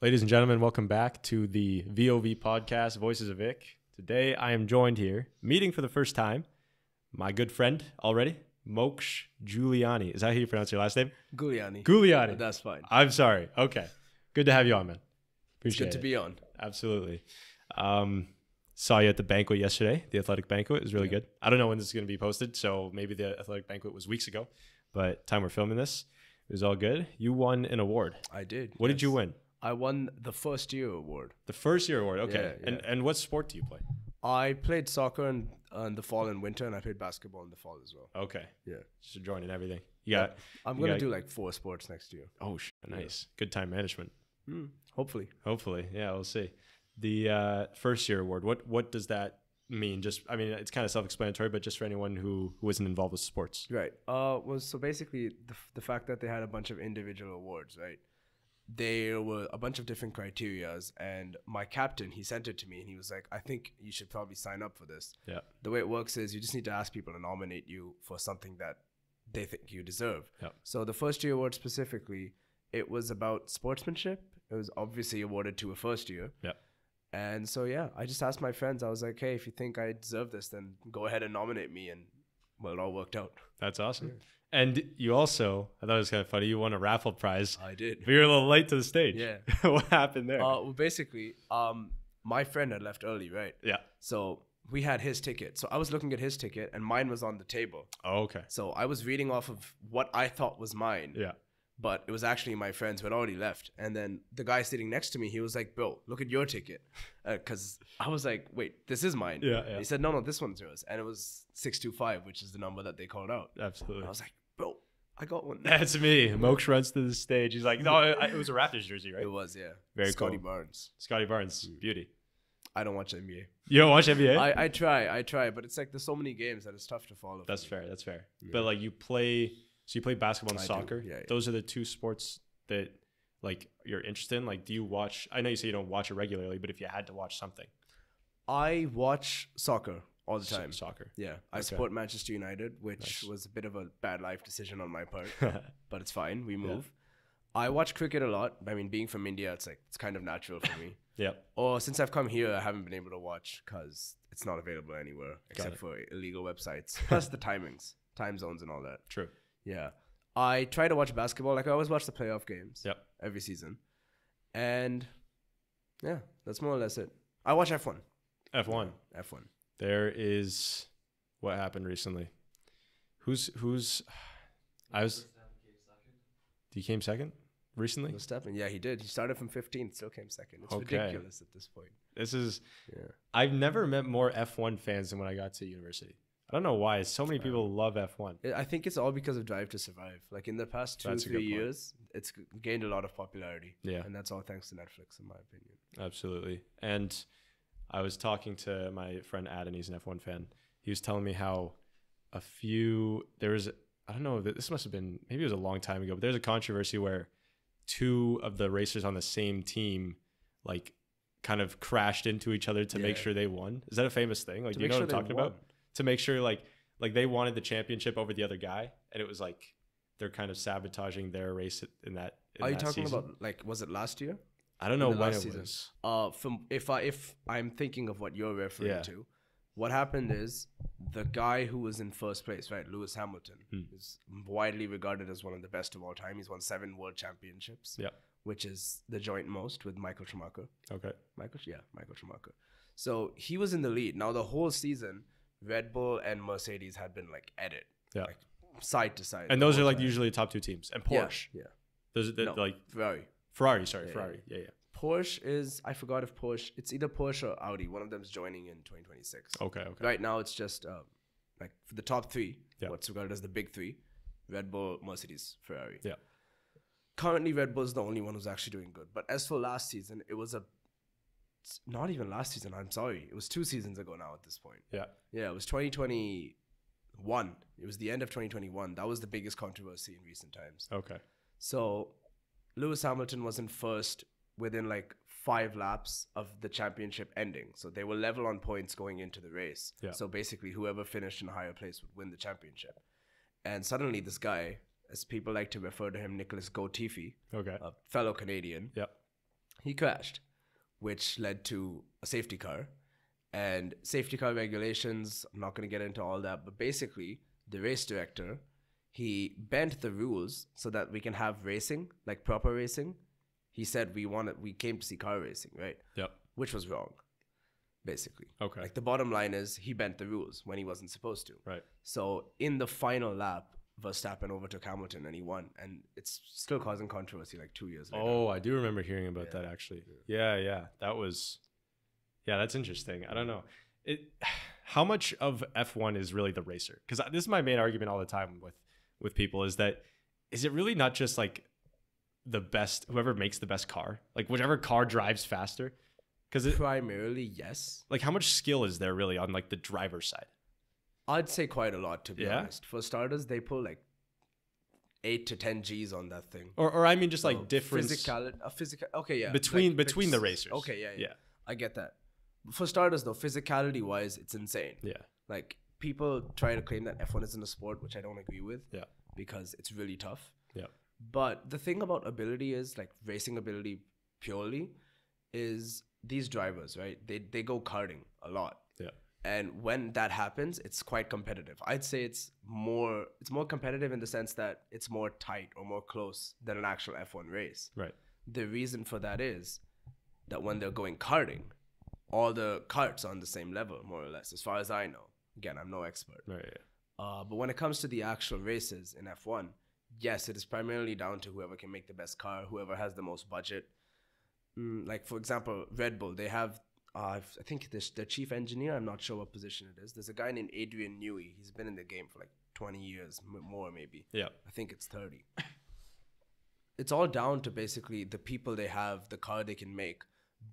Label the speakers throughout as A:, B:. A: Ladies and gentlemen, welcome back to the VOV podcast, Voices of Vic. Today I am joined here, meeting for the first time, my good friend already, Moksh Giuliani. Is that how you pronounce your last name?
B: Giuliani.
A: Giuliani.
B: That's fine.
A: I'm sorry. Okay. Good to have you on, man.
B: It's
A: Appreciate
B: good to
A: it.
B: be on.
A: Absolutely. Um, saw you at the banquet yesterday, the athletic banquet. It was really good. I don't know when this is going to be posted, so maybe the athletic banquet was weeks ago, but time we're filming this, it was all good. You won an award.
B: I did.
A: What did
B: yes.
A: you win?
B: I won the first year award.
A: The first year award. Okay.
B: Yeah,
A: And and what sport do you play?
B: I played soccer in, uh, in the fall and winter, and I played basketball in the fall as well.
A: Okay.
B: Yeah.
A: Just joining everything. You got
B: I'm
A: You
B: going to
A: got-
B: do like four sports next year.
A: oh sh- nice. Good time management.
B: Hopefully.
A: Hopefully. Yeah, we'll see. The uh, first year award. What what does that mean? Just I mean it's kind of self explanatory, but just for anyone who, who isn't involved with sports.
B: Right. Uh, well, so basically, the, f- the fact that they had a bunch of individual awards, right? There were a bunch of different criterias, and my captain, he sent it to me, and he was like, I think you should probably sign up for this.
A: Yeah.
B: the way it works is you just need to ask people to nominate you for something that they think you deserve.
A: Yep.
B: So the first year award specifically, it was about sportsmanship. It was obviously awarded to a first year.
A: Yep.
B: And so yeah, I just asked my friends. I was like, "Hey, if you think I deserve this, then go ahead and nominate me." And well, it all worked out.
A: That's awesome. And you also, I thought it was kind of funny. You won a raffle prize,
B: I did.
A: but you were a little late to the stage.
B: Yeah.
A: what happened there?
B: Uh, well, basically, um, my friend had left early, right?
A: yeah.
B: So we had his ticket. So I was looking at his ticket, and mine was on the table.
A: Oh, okay.
B: So I was reading off of what I thought was mine.
A: Yeah.
B: but it was actually my friends who had already left. And then the guy sitting next to me, he was like, "Bro, look at your ticket," because I was like, "Wait, this is mine."
A: Yeah, yeah.
B: He said, "No, no, this one's yours," and it was six two five, which is the number that they called out.
A: Absolutely.
B: I was like, "Bro, I got one."
A: That's me. Moksh runs to the stage. He's like, no, I- it was a Raptors jersey, right?
B: It was yeah.
A: Very
B: Scotty
A: cool.
B: Barnes.
A: Scotty Barnes, beauty.
B: I don't watch NBA.
A: You don't watch NBA?
B: I, I try, I try, but it's like there's so many games that it's tough to follow. for
A: that's
B: me.
A: fair. That's fair. But like you play, so you play basketball and
B: I do,
A: soccer.
B: yeah, yeah.
A: Those are the two sports that like you're interested in. Like, do you watch? I know you say you don't watch it regularly, but if you had to watch something,
B: I watch soccer all the
A: so-
B: time.
A: soccer.
B: yeah, I
A: Okay.
B: support Manchester United,
A: Nice.
B: which was a bit of a bad life decision on my part.
A: yeah,
B: but it's fine. We move. I watch cricket a lot. I mean, being from India, it's like it's kind of natural for me. or since I've come here, I haven't been able to watch because it's not available anywhere except
A: it.
B: for illegal websites. Plus the timings, time zones, and all that.
A: true.
B: Yeah, I try to watch basketball. Like I always watch the playoff games
A: Yep.
B: every season, and yeah, that's more or less it. I watch F one.
A: F one.
B: F one.
A: There is what happened recently. Who's who's? I was. You came second recently.
B: Was Steppen? Yeah, he did. He started from 15th, still came second. It's
A: Okay.
B: ridiculous at this point.
A: This is.
B: Yeah.
A: I've never met more F1 fans than when I got to university. I don't know why. So many people love F1.
B: I- I think it's all because of Drive to Survive. Like in the past two,
A: That's a good
B: three
A: point.
B: years, it's g- gained a lot of popularity.
A: Yeah.
B: And that's all thanks to Netflix, in my opinion.
A: Absolutely. And I was talking to my friend Ad, and he's an F1 fan. He was telling me how a few there was I don't know this must have been maybe it was a long time ago, but there's a controversy where two of the racers on the same team like kind of crashed into each other to make
B: Yeah.
A: sure they won. Is that a famous thing? Like do you know what I'm talking about? To make sure like like they wanted the championship over the other guy, and it was like they're kind of sabotaging their race in that. in
B: Are you
A: that
B: talking
A: season.
B: about like was it last year?
A: I don't know
B: the
A: when
B: last
A: it
B: season?
A: was.
B: Uh, from if I if I'm thinking of what you're referring
A: Yeah.
B: to, what happened is the guy who was in first place, right, Lewis Hamilton,
A: Hmm.
B: is widely regarded as one of the best of all time. He's won seven world championships,
A: Yep.
B: which is the joint most with Michael Schumacher.
A: Okay.
B: Michael, yeah, Michael Schumacher. So he was in the lead. Now the whole season, Red Bull and Mercedes had been like at it,
A: Yeah.
B: like side to side.
A: and
B: the
A: those
B: whole
A: are like
B: time.
A: usually the top two teams. And
B: Yeah,
A: Porsche,
B: Yeah,
A: those are the,
B: No.
A: like
B: very.
A: Ferrari. Sorry,
B: Yeah,
A: Ferrari. Yeah, yeah.
B: Porsche is I forgot if Porsche. It's either Porsche or Audi. One of them's joining in 2026.
A: Okay, Oh, okay.
B: Right now it's just um, like for the top three.
A: Yeah.
B: What's regarded as the big three: Red Bull, Mercedes, Ferrari.
A: Yeah.
B: Currently, Red Bull's the only one who's actually doing good. But as for last season, it was a. it's Not even last season. I'm sorry. It was two seasons ago now. At this point.
A: Yeah,
B: Yeah, it was 2021. It was the end of 2021. That was the biggest controversy in recent times.
A: okay.
B: So, Lewis Hamilton was in first within like five laps of the championship ending. So, they were level on points going into the race.
A: Yeah.
B: So, basically, whoever finished in a higher place would win the championship. And suddenly, this guy, as people like to refer to him, Nicholas Gotifi,
A: Okay.
B: a fellow Canadian,
A: yeah.
B: he crashed, which led to a safety car. And safety car regulations, I'm not going to get into all that, but basically, the race director, he bent the rules so that we can have racing, like proper racing. He said we wanted, we came to see car racing, right?
A: Yep.
B: Which was wrong, basically.
A: Okay.
B: Like the bottom line is he bent the rules when he wasn't supposed to.
A: right.
B: So in the final lap, Verstappen overtook Hamilton and he won, and it's still causing controversy like two years later.
A: Oh, I do remember hearing about
B: Yeah.
A: that actually. Yeah. yeah, That was Yeah, that's interesting. I don't know. It how much of F1 is really the racer? Cuz this is my main argument all the time with with people is that is it really not just like the best whoever makes the best car? Like whichever car drives faster? Cuz it
B: primarily yes.
A: like how much skill is there really on like the driver's side?
B: I'd say quite a lot to be
A: Yeah?
B: honest. For starters, they pull like eight to ten G's on that thing.
A: Or or I mean just like
B: So
A: difference
B: physicali- uh, Oh, physical. Okay, yeah.
A: between
B: like,
A: between the
B: bits-
A: racers.
B: Okay, yeah, yeah,
A: Yeah.
B: I get that. For starters, though, physicality wise, it's insane.
A: Yeah.
B: Like people try to claim that F1 isn't a sport, which I don't agree with.
A: Yeah.
B: Because it's really tough.
A: Yeah.
B: But the thing about ability is like racing ability purely is these drivers, right? They they go karting a lot.
A: Yeah.
B: And when that happens, it's quite competitive. I'd say it's more it's more competitive in the sense that it's more tight or more close than an actual F1 race.
A: Right.
B: The reason for that is that when they're going karting, all the carts are on the same level, more or less, as far as I know. Again, I'm no expert.
A: Right. yeah.
B: Uh, but when it comes to the actual races in F1, yes, it is primarily down to whoever can make the best car, whoever has the most budget. Mm, like, for example, Red Bull, they have, uh, I think, this, their chief engineer, I'm not sure what position it is. There's a guy named Adrian Newey. He's been in the game for like 20 years, m- more maybe.
A: Yeah.
B: I think it's 30. It's all down to basically the people they have, the car they can make.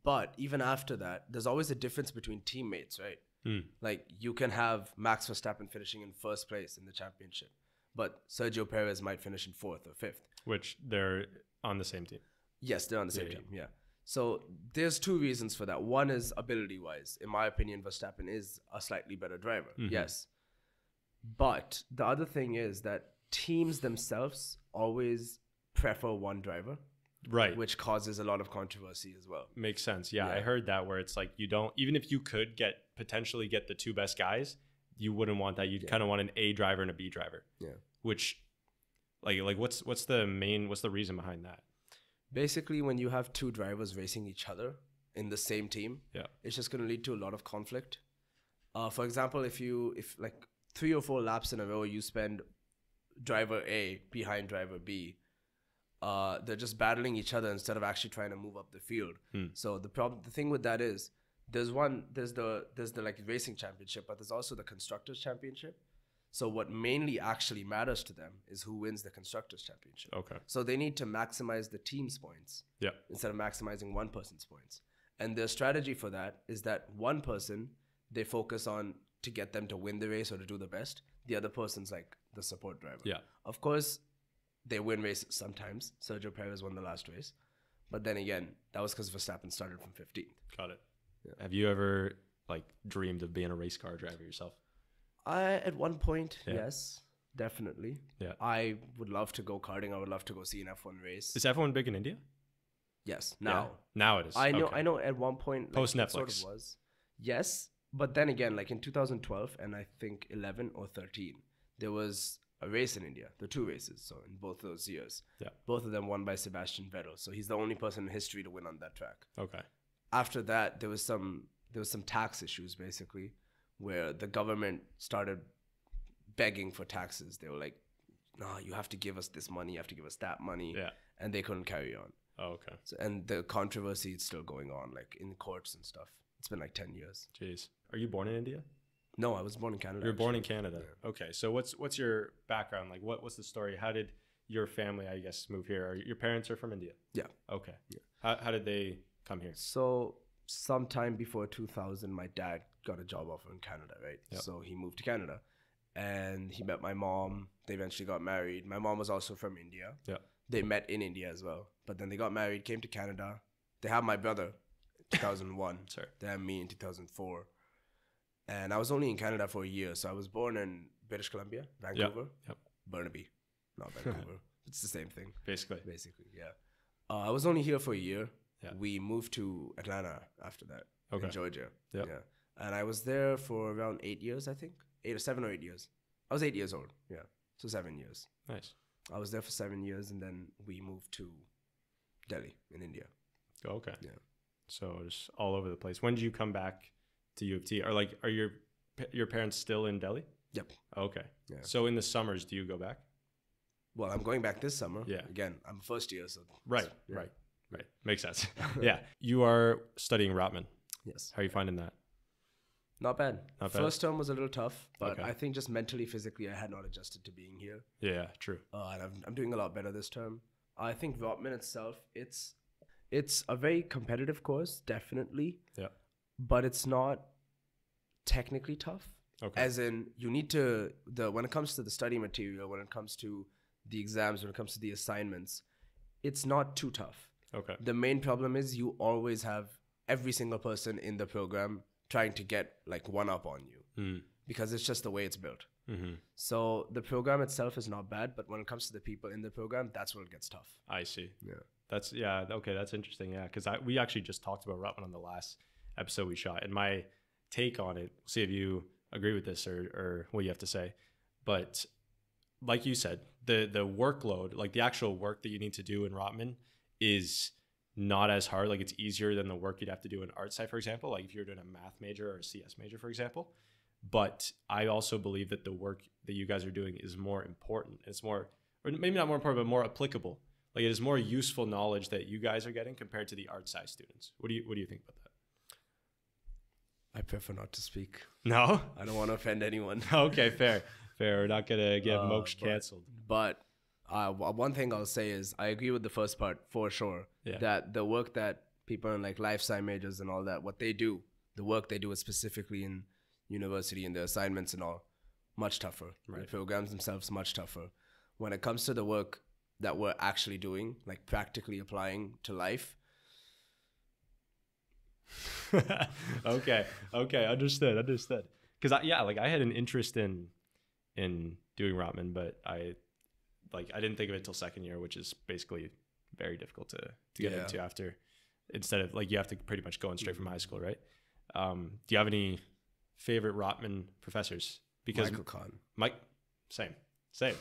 B: But even after that, there's always a difference between teammates, right?
A: Mm.
B: Like you can have Max Verstappen finishing in first place in the championship, but Sergio Perez might finish in fourth or fifth.
A: Which they're on the same team.
B: Yes, they're on the same
A: Yeah, yeah.
B: team. Yeah. So there's two reasons for that. One is ability wise. In my opinion, Verstappen is a slightly better driver.
A: Mhm.
B: Yes. But the other thing is that teams themselves always prefer one driver,
A: Right.
B: which causes a lot of controversy as well.
A: makes sense. Yeah, I
B: Yeah.
A: heard that where it's like you don't even if you could get potentially get the two best guys, you wouldn't want that. You'd
B: Yeah.
A: kind of want an A driver and a B driver.
B: Yeah.
A: Which like like what's what's the main what's the reason behind that?
B: Basically, when you have two drivers racing each other in the same team,
A: Yeah.
B: it's just going to lead to a lot of conflict. Uh, for example, if you if like three or four laps in a row you spend driver A behind driver B, uh, they're just battling each other instead of actually trying to move up the field.
A: Hmm.
B: So the problem, the thing with that is there's one there's the there's the like racing championship, but there's also the constructors championship. So what mainly actually matters to them is who wins the constructors championship.
A: Okay.
B: So they need to maximize the team's points
A: Yeah.
B: instead of maximizing one person's points. And their strategy for that is that one person they focus on to get them to win the race or to do the best. The other person's like the support driver.
A: Yeah.
B: Of course, they win races sometimes. Sergio Perez won the last race. But then again, that was because Verstappen started from 15th.
A: Got it. Have you ever like dreamed of being a race car driver yourself?
B: I at one point,
A: Yeah.
B: yes, definitely.
A: Yeah.
B: I would love to go karting. I would love to go see an F1 race.
A: Is F1 big in India?
B: yes. Now,
A: Yeah. Now it is.
B: I know.
A: Okay.
B: I know. At one point, like,
A: Post
B: it sort of
A: Netflix.
B: was yes, but then again, like in 2012 and I think 11 or 13, there was a race in India. The two races, so in both those years,
A: Yeah.
B: both of them won by Sebastian Vettel. So he's the only person in history to win on that track.
A: Okay.
B: After that, there was some there was some tax issues basically, where the government started begging for taxes. They were like, "No, you have to give us this money. You have to give us that money,"
A: Yeah.
B: and they couldn't carry on.
A: Oh, okay.
B: So, and the controversy is still going on, like in courts and stuff. It's been like 10 years.
A: Jeez. Are you born in India?
B: No, I was born in Canada.
A: You're born in
B: actually.
A: Canada. Okay. So what's what's your background? Like what what's the story? How did your family, I guess, move here? Are, your parents are from India.
B: Yeah.
A: Okay.
B: Yeah.
A: How how did they come here?
B: So, sometime before 2000, my dad got a job offer in Canada, right?
A: Yep.
B: So, he moved to Canada and he met my mom. They eventually got married. My mom was also from India.
A: Yeah.
B: They met in India as well. But then they got married, came to Canada. They had my brother in 2001.
A: Sorry.
B: They had me in 2004. And I was only in Canada for a year. So, I was born in British Columbia, Vancouver.
A: yep.
B: Burnaby, not Vancouver. it's the same thing,
A: Basically.
B: basically. Yeah. Uh, I was only here for a year,
A: Yeah.
B: we moved to Atlanta after that
A: Okay.
B: in Georgia.
A: Yep.
B: Yeah. And I was there for around eight years, I think. Eight or seven or eight years. I was eight years old. Yeah. So seven years.
A: Nice.
B: I was there for seven years and then we moved to Delhi in India.
A: Oh, okay.
B: Yeah.
A: So just all over the place. When did you come back to U of T? Are like are your pa- your parents still in Delhi?
B: Yep.
A: Okay.
B: Yeah.
A: So in the summers, do you go back?
B: Well, I'm going back this summer.
A: Yeah.
B: Again, I'm first year, so
A: Right.
B: Yeah.
A: Right. Right. Makes sense. yeah. You are studying Rotman.
B: Yes.
A: How are you finding that?
B: Not bad.
A: Not bad.
B: First term was a little tough, but
A: Okay.
B: I think just mentally, physically, I had not adjusted to being here.
A: Yeah. True.
B: uh, and I'm, I'm doing a lot better this term. I think Rotman itself, it's it's a very competitive course, definitely,
A: Yeah.
B: but it's not technically tough.
A: Okay.
B: As in, you need to the when it comes to the study material, when it comes to the exams, when it comes to the assignments, it's not too tough.
A: okay.
B: The main problem is you always have every single person in the program trying to get like one up on you
A: Mm.
B: because it's just the way it's built.
A: hmm
B: So the program itself is not bad, but when it comes to the people in the program, that's where it gets tough.
A: I see.
B: Yeah.
A: That's yeah. th- Okay, that's interesting. Yeah, because I we actually just talked about Rutman on the last episode we shot, and my take on it. See if you agree with this or or what you have to say. But like you said, the the workload, like the actual work that you need to do in Rotman, is not as hard. Like it's easier than the work you'd have to do in ArtSci, for example. Like if you're doing a math major or a CS major, for example. But I also believe that the work that you guys are doing is more important. It's more, or maybe not more important, but more applicable like it is more useful knowledge that you guys are getting compared to the art sci students. What do you what do you think about
B: I prefer not to speak.
A: that?
B: I don't want to offend anyone.
A: No. okay, fair, fair. We're not gonna get
B: Uh,
A: Moksh
B: but-
A: canceled.
B: But uh, w- one thing I'll say is I agree with the first part for sure.
A: Yeah.
B: That the work that people in like life science majors and all that, what they do, the work they do is specifically in university and the assignments and all, much tougher. The
A: Right.
B: programs themselves much tougher. When it comes to the work that we're actually doing, like practically applying to life,
A: okay, okay, understood, understood. Because I yeah, like I had an interest in in doing Rotman, but I like I didn't think of it till second year, which is basically very difficult to to get
B: Yeah. Mm-hmm.
A: into after. Instead of like you have to pretty much go in straight from high school, right? Um, do you have any favorite Rotman professors? Because
B: Michael Kahn.
A: Mike, same, same.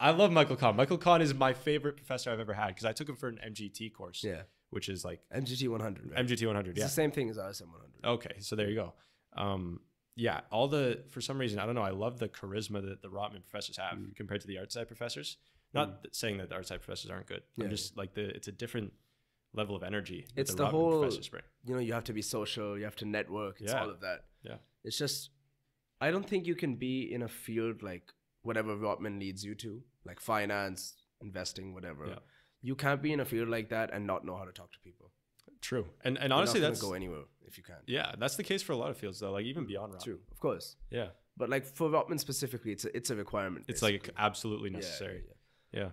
A: I love Michael Kahn. Michael Kahn is my favorite professor I've ever had because I took him for an MGT course,
B: Yeah.
A: which is like
B: MGT 100. Right?
A: MGT 100.
B: It's
A: Yeah. Oh.
B: the same thing as RSM 100.
A: Okay, so there you go. Um, yeah, all the for some reason I don't know. I love the charisma that the Rotman professors have
B: Mm.
A: compared to the art side professors. Not th- saying that the art side professors aren't good.
B: Yeah.
A: I'm just like the it's a different level of energy. that
B: It's the
A: Rotman
B: whole-
A: professors bring.
B: You know, you have to be social, you have to network, it's
A: Yeah.
B: all of that.
A: Yeah.
B: It's just, I don't think you can be in a field like whatever Rotman leads you to, like finance, investing, whatever.
A: Yeah.
B: You can't be in a field like that and not know how to talk to people.
A: True, and and
B: You're
A: honestly,
B: not gonna
A: that's
B: go anywhere if you can.
A: yeah, that's the case for a lot of fields though. Like even beyond Rotman.
B: True, of course.
A: Yeah,
B: But like for Rotman specifically, it's a, it's a requirement.
A: it's
B: basically.
A: like absolutely
B: Yeah, yeah,
A: necessary.
B: yeah.
A: Yeah.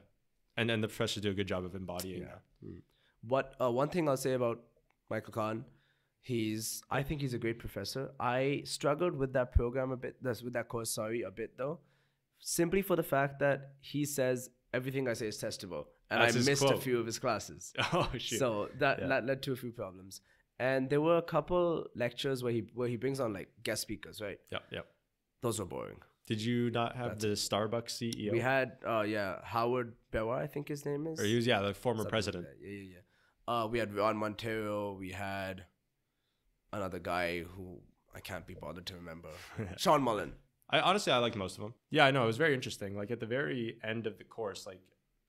A: And then the professors do a good job of embodying
B: Yeah.
A: that.
B: What uh, one thing I'll say about Michael Kahn, he's I think he's a great professor. I struggled with that program a bit, that's with that course, sorry, a bit though, simply for the fact that he says everything I say is testable, and
A: That's
B: I
A: his
B: missed a
A: quote.
B: few of his classes.
A: Oh shoot.
B: So that
A: Yeah.
B: that led to a few problems, and there were a couple lectures where he where he brings on like guest speakers, right?
A: yep, yep.
B: Those were boring.
A: Did you not have the Starbucks CEO?
B: We had uh yeah Howard Bewa, I think his name is.
A: or he was yeah, the former
B: Something
A: president.
B: like that. Yeah, yeah, yeah. Uh, we had Ron Montero. We had another guy who I can't be bothered to remember. Sean Mullen.
A: I honestly I liked most of them. Yeah, I know it was very interesting. Like at the very end of the course, like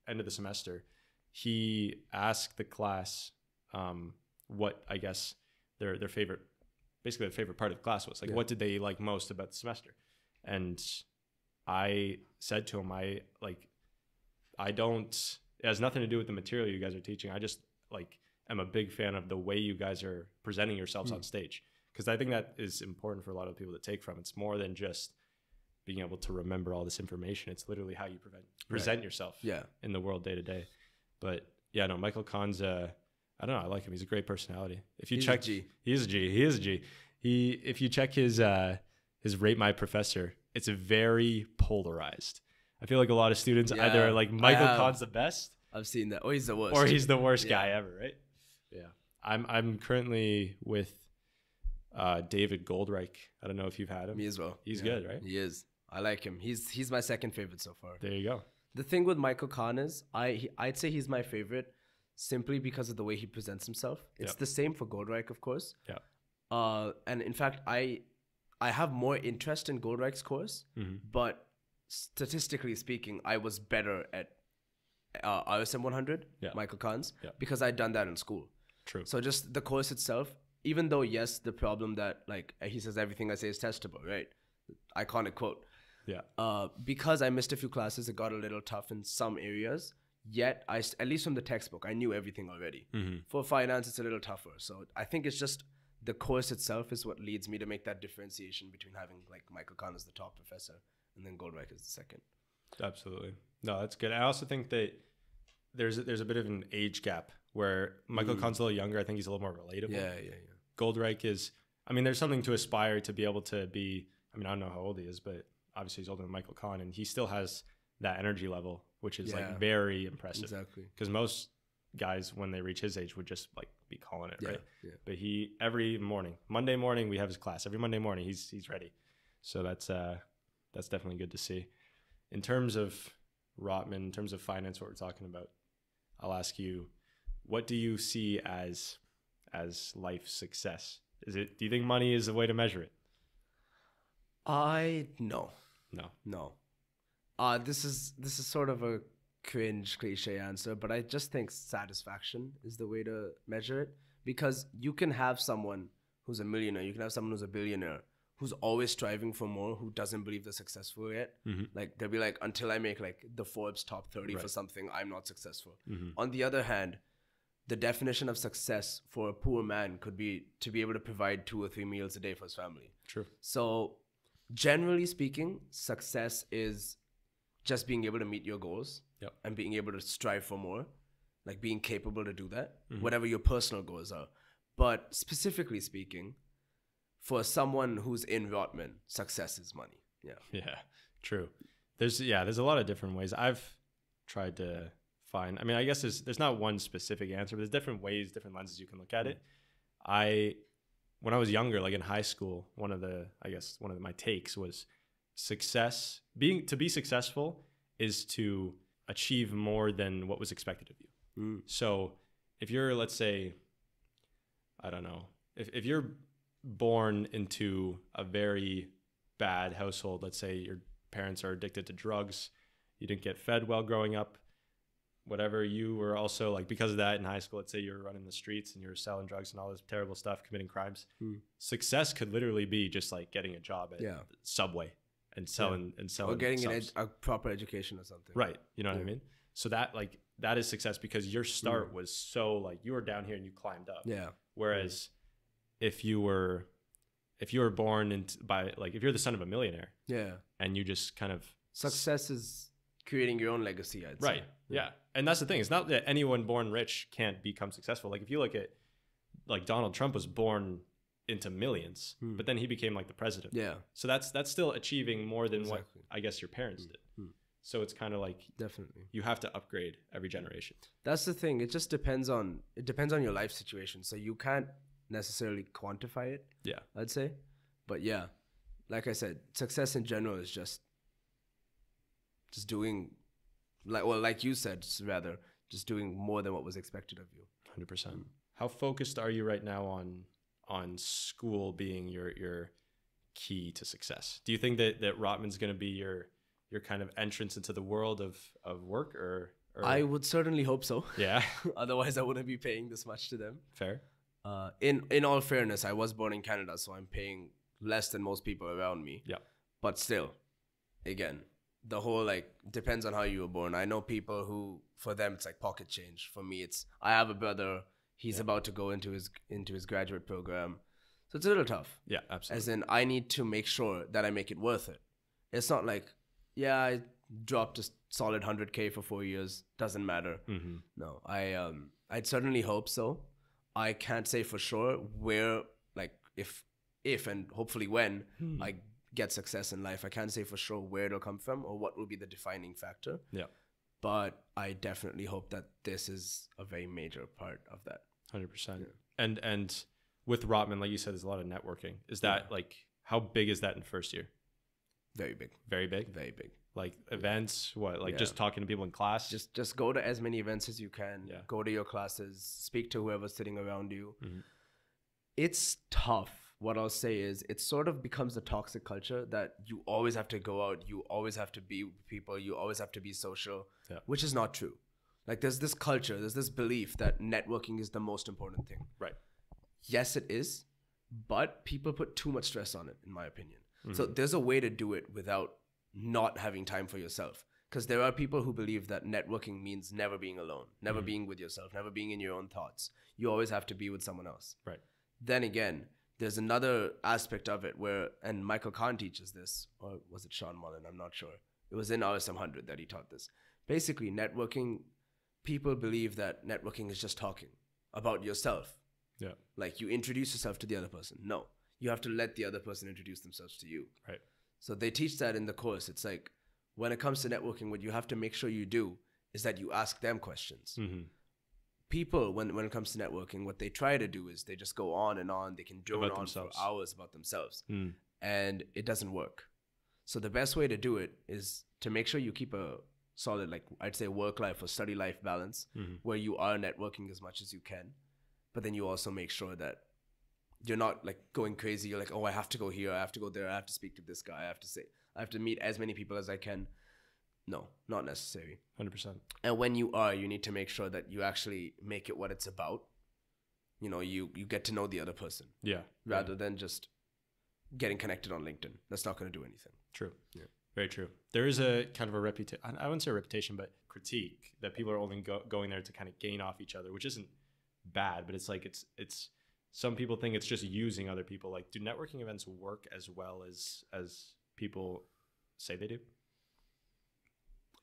A: end of the semester, he asked the class um, what I guess their their favorite, basically their favorite part of the class was. Like
B: Yeah.
A: what did they like most about the semester? And I said to him, I like, I don't. It has nothing to do with the material you guys are teaching. I just like am a big fan of the way you guys are presenting yourselves
B: Hmm.
A: on stage because I think that is important for a lot of people to take from. It's more than just being able to remember all this information. It's literally how you prevent, present yourself
B: Yeah,
A: in the world day to day. But yeah, no, Michael Kahn's, uh, I don't know, I like him. He's a great personality. If you
B: He's a
A: check,
B: G.
A: he is a G. He is a G. He, if you check his, uh, his rate my professor, it's very polarized. I feel like a lot of students either
B: Yeah,
A: are like
B: I
A: Michael
B: have.
A: Kahn's the best
B: I've seen that. Oh, he's the worst.
A: or he's the worst
B: Yeah.
A: guy ever, right? Yeah. I'm I'm currently with uh, David Goldreich. I don't know if you've had him.
B: Me as well.
A: He's
B: Yeah.
A: good, right?
B: He is. I like him. He's he's my second favorite so far.
A: There you go.
B: The thing with Michael Kahn is I he, I'd say he's my favorite simply because of the way he presents himself. It's
A: Yeah.
B: the same for Goldreich, of course.
A: Yeah.
B: Uh, and in fact, I I have more interest in Goldreich's course,
A: Mhm.
B: but statistically speaking, I was better at uh, ISM 100,
A: Yeah.
B: Michael Kahn's,
A: Yeah.
B: because I'd done that in school.
A: True.
B: So just the course itself, even though yes, the problem that like he says everything I say is testable, right? Iconic quote.
A: yeah.
B: Uh, because I missed a few classes, it got a little tough in some areas. Yet I, s- at least from the textbook, I knew everything already. For finance, it's a little tougher. So I think it's just the course itself is what leads me to make that differentiation between having like Michael Kahn as the top professor and then Goldreich as the second.
A: Absolutely. No, that's good. I also think that there's there's a bit of an age gap where Michael Kahn's a little younger. I think he's a little more relatable.
B: Mm. yeah, yeah.
A: Goldreich is. I mean, there's something to aspire to be able to be. I mean, I don't know how old he is, but obviously he's older than Michael Kahn, and he still has that energy level, which is
B: Yeah.
A: like very impressive.
B: Exactly.
A: Because most guys, when they reach his age, would just like be calling it,
B: Yeah,
A: right?
B: yeah.
A: But he every morning, Monday morning, we have his class. Every Monday morning, he's he's ready. So that's uh that's definitely good to see. In terms of Rotman, in terms of finance, what we're talking about, I'll ask you, what do you see as as life success? Is it? Do you think money is the way to measure it?
B: I know.
A: No.
B: No. Uh this is this is sort of a cringe cliche answer, but I just think satisfaction is the way to measure it because you can have someone who's a millionaire, you can have someone who's a billionaire who's always striving for more, who doesn't believe they're successful yet. Like they'll be like until I make like the Forbes top 30 for
A: Right.
B: something, I'm not successful. On the other hand, the definition of success for a poor man could be to be able to provide two or three meals a day for his family.
A: True.
B: So, generally speaking, success is just being able to meet your goals
A: Yep.
B: and being able to strive for more, like being capable to do that,
A: Mm-hmm.
B: whatever your personal goals are. But specifically speaking, for someone who's in Rotman, success is money. Yeah.
A: Yeah, true. There's yeah, there's a lot of different ways. I've tried to find. I mean, I guess there's there's not one specific answer, but there's different ways, different lenses you can look at it. I when I was younger, like in high school, one of the I guess one of my takes was success being to be successful is to achieve more than what was expected of you. Mm. So if you're, let's say, I don't know, if, if you're born into a very bad household, let's say your parents are addicted to drugs, you didn't get fed well growing up, whatever, you were also like, because of that in high school, let's say you're running the streets and you're selling drugs and all this terrible stuff, committing crimes.
B: Hmm.
A: Success could literally be just like getting a job at
B: Yeah.
A: Subway and selling and selling
B: Or getting an
A: subs.
B: ed- a proper education or something.
A: Right. You know what
B: Yeah. Mm.
A: I mean? So that like that is success because your start was so like you were down here and you climbed up.
B: Yeah.
A: Whereas if you were if you were born into by like if you're the son of a millionaire
B: Yeah.
A: and you just kind of
B: Success is creating your own legacy, I'd say.
A: Right. Yeah. And that's the thing. It's not that anyone born rich can't become successful. Like if you look at like Donald Trump was born into millions,
B: Hmm.
A: but then he became like the president.
B: Yeah,
A: So that's that's still achieving more than
B: Exactly.
A: what I guess your parents did.
B: Hmm.
A: So it's kind of like
B: definitely.
A: you have to upgrade every generation.
B: That's the thing. It just depends on it depends on your life situation. So you can't necessarily quantify it,
A: Yeah.
B: I'd say. But yeah, like I said, success in general is just just doing like well, like you said, s- rather, just doing more than what was expected of you.
A: Hundred percent. How focused are you right now on on school being your your key to success? Do you think that that Rotman's going to be your your kind of entrance into the world of of work or, or
B: I would certainly hope so.
A: yeah
B: Otherwise I wouldn't be paying this much to them.
A: fair
B: Uh, in in all fairness, I was born in Canada, so I'm paying less than most people around me.
A: yeah
B: but still again the whole like depends on how you were born i know people who for them it's like pocket change for me it's i have a brother he's about to go into his into his graduate program so it's a little tough
A: yeah absolutely
B: as in i need to make sure that i make it worth it it's not like yeah i dropped a solid 100k for four years doesn't matter
A: hmm
B: no, I um, I'd certainly hope so. I can't say for sure where, like, if if and hopefully when I get success in life, I can't say for sure where it'll come from or what will be the defining factor.
A: yeah
B: But I definitely hope that this is a very major part of that.
A: Hmm, hundred percent. and and with Rotman, like you said, there's a lot of networking. Is that like how big is that in first year?
B: Very big,
A: Very big.
B: very big.
A: Like events, what? Like
B: Yeah.
A: just talking to people in class.
B: Just just go to as many events as you can.
A: Yeah.
B: Go to your classes. Speak to whoever's sitting around you.
A: Mhm.
B: It's tough. What I'll say is, it sort of becomes a toxic culture that you always have to go out, you always have to be with people, you always have to be social,
A: Yeah.
B: which is not true. Like there's this culture, there's this belief that networking is the most important thing.
A: right.
B: yes it is but people put too much stress on it in my opinion so there's a way to do it without not having time for yourself because there are people who believe that networking means never being alone never being with yourself never being in your own thoughts you always have to be with someone else
A: Right.
B: then again there's another aspect of it where and michael kahn teaches this or was it sean mullen i'm not sure it was in rsm 100 that he taught this basically networking people believe that networking is just talking about yourself
A: Yeah.
B: like you introduce yourself to the other person no you have to let the other person introduce themselves to you
A: Right.
B: so they teach that in the course it's like when it comes to networking what you have to make sure you do is that you ask them questions
A: Mm-hmm.
B: people when, when it comes to networking what they try to do is they just go on and on they can drone
A: About
B: on
A: themselves.
B: for hours about themselves
A: Mm.
B: and it doesn't work so the best way to do it is to make sure you keep a solid like i'd say work life or study life balance
A: Mhm.
B: where you are networking as much as you can but then you also make sure that you're not like going crazy you're like oh i have to go here i have to go there i have to speak to this guy i have to say i have to meet as many people as i can no not necessary
A: Hundred percent.
B: and when you are you need to make sure that you actually make it what it's about you know you you get to know the other person
A: Yeah.
B: rather than just getting connected on linkedin that's not going to do anything
A: True.
B: Yeah.
A: Very true. There is a kind of a reputation. I wouldn't say a reputation, but critique that people are only go- going there to kind of gain off each other, which isn't bad, but it's like it's it's some people think it's just using other people. Like, do networking events work as well as as people say they do?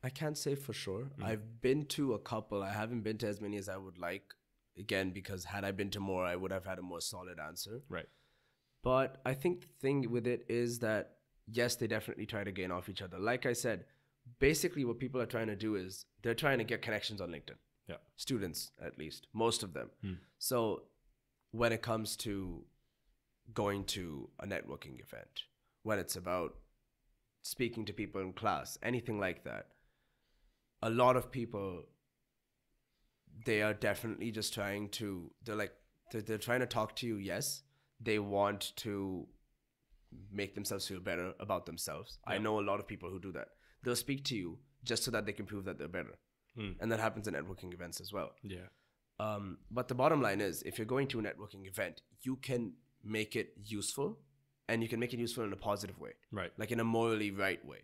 B: i can't say for sure
A: Mm.
B: i've been to a couple i haven't been to as many as i would like again because had i been to more i would have had a more solid answer
A: Right.
B: But I think the thing with it is that yes, they definitely try to gain off each other. Like I said, basically what people are trying to do is they're trying to get connections on LinkedIn.
A: Yeah.
B: Students, at least, most of them.
A: Hmm.
B: So when it comes to going to a networking event, when it's about speaking to people in class, anything like that, a lot of people they are definitely just trying to they're like they're, they're trying to talk to you yes they want to make themselves feel better about themselves i
A: Yeah.
B: know a lot of people who do that they'll speak to you just so that they can prove that they're better
A: Mm.
B: and that happens in networking events as well
A: Yeah.
B: um, but the bottom line is if you're going to a networking event you can make it useful and you can make it useful in a positive way
A: Right.
B: like in a morally right way